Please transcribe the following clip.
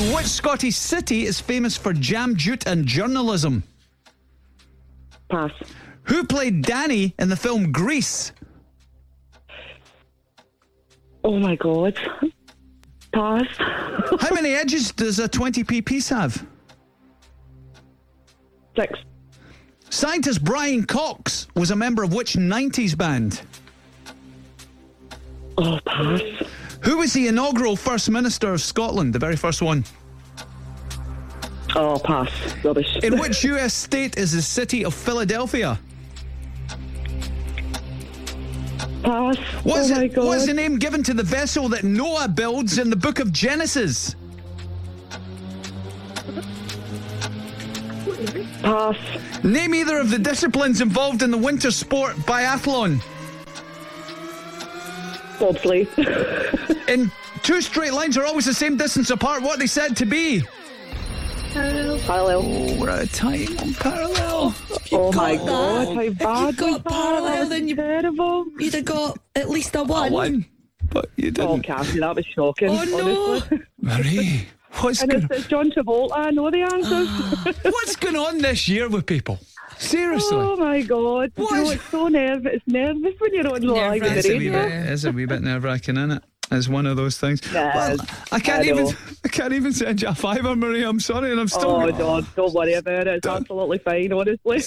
Which Scottish city is famous for jam jute and journalism? Pass. Who played Danny in the film Grease? Oh my God. Pass. How many edges does a 20p piece have? Six. Scientist Brian Cox was a member of which 90s band? Oh, pass. Who was the inaugural First Minister of Scotland, the very first one? Oh, pass. Rubbish. In which US state is the city of Philadelphia? Pass. What is oh my it- God. what is the name given to the vessel that Noah builds in the book of Genesis? Pass. Name either of the disciplines involved in the winter sport biathlon. Bobsley. In two straight lines are always the same distance apart, what are they said to be. Parallel. Oh, we're out of time on parallel. Oh my got God. How bad. got was that? parallel, That was then you- Terrible. You'd have got at least a one. I won, but you Oh, didn't. Kathy, that was shocking. Oh, no. Honestly. Marie, what's And it's, going, it's John Travolta. I know the answers. what's going on this year with people? Seriously. oh my God. What? No, it's so nerve. It's nervous when you're on live at It's the a wee radio. bit, it is a wee bit nerve wracking, isn't it? It's one of those things. Yes, well, I can't I even know. I can't even send you a fiver, Marie. I'm sorry, and I'm still Oh, God, don't worry about it. It's absolutely fine, honestly.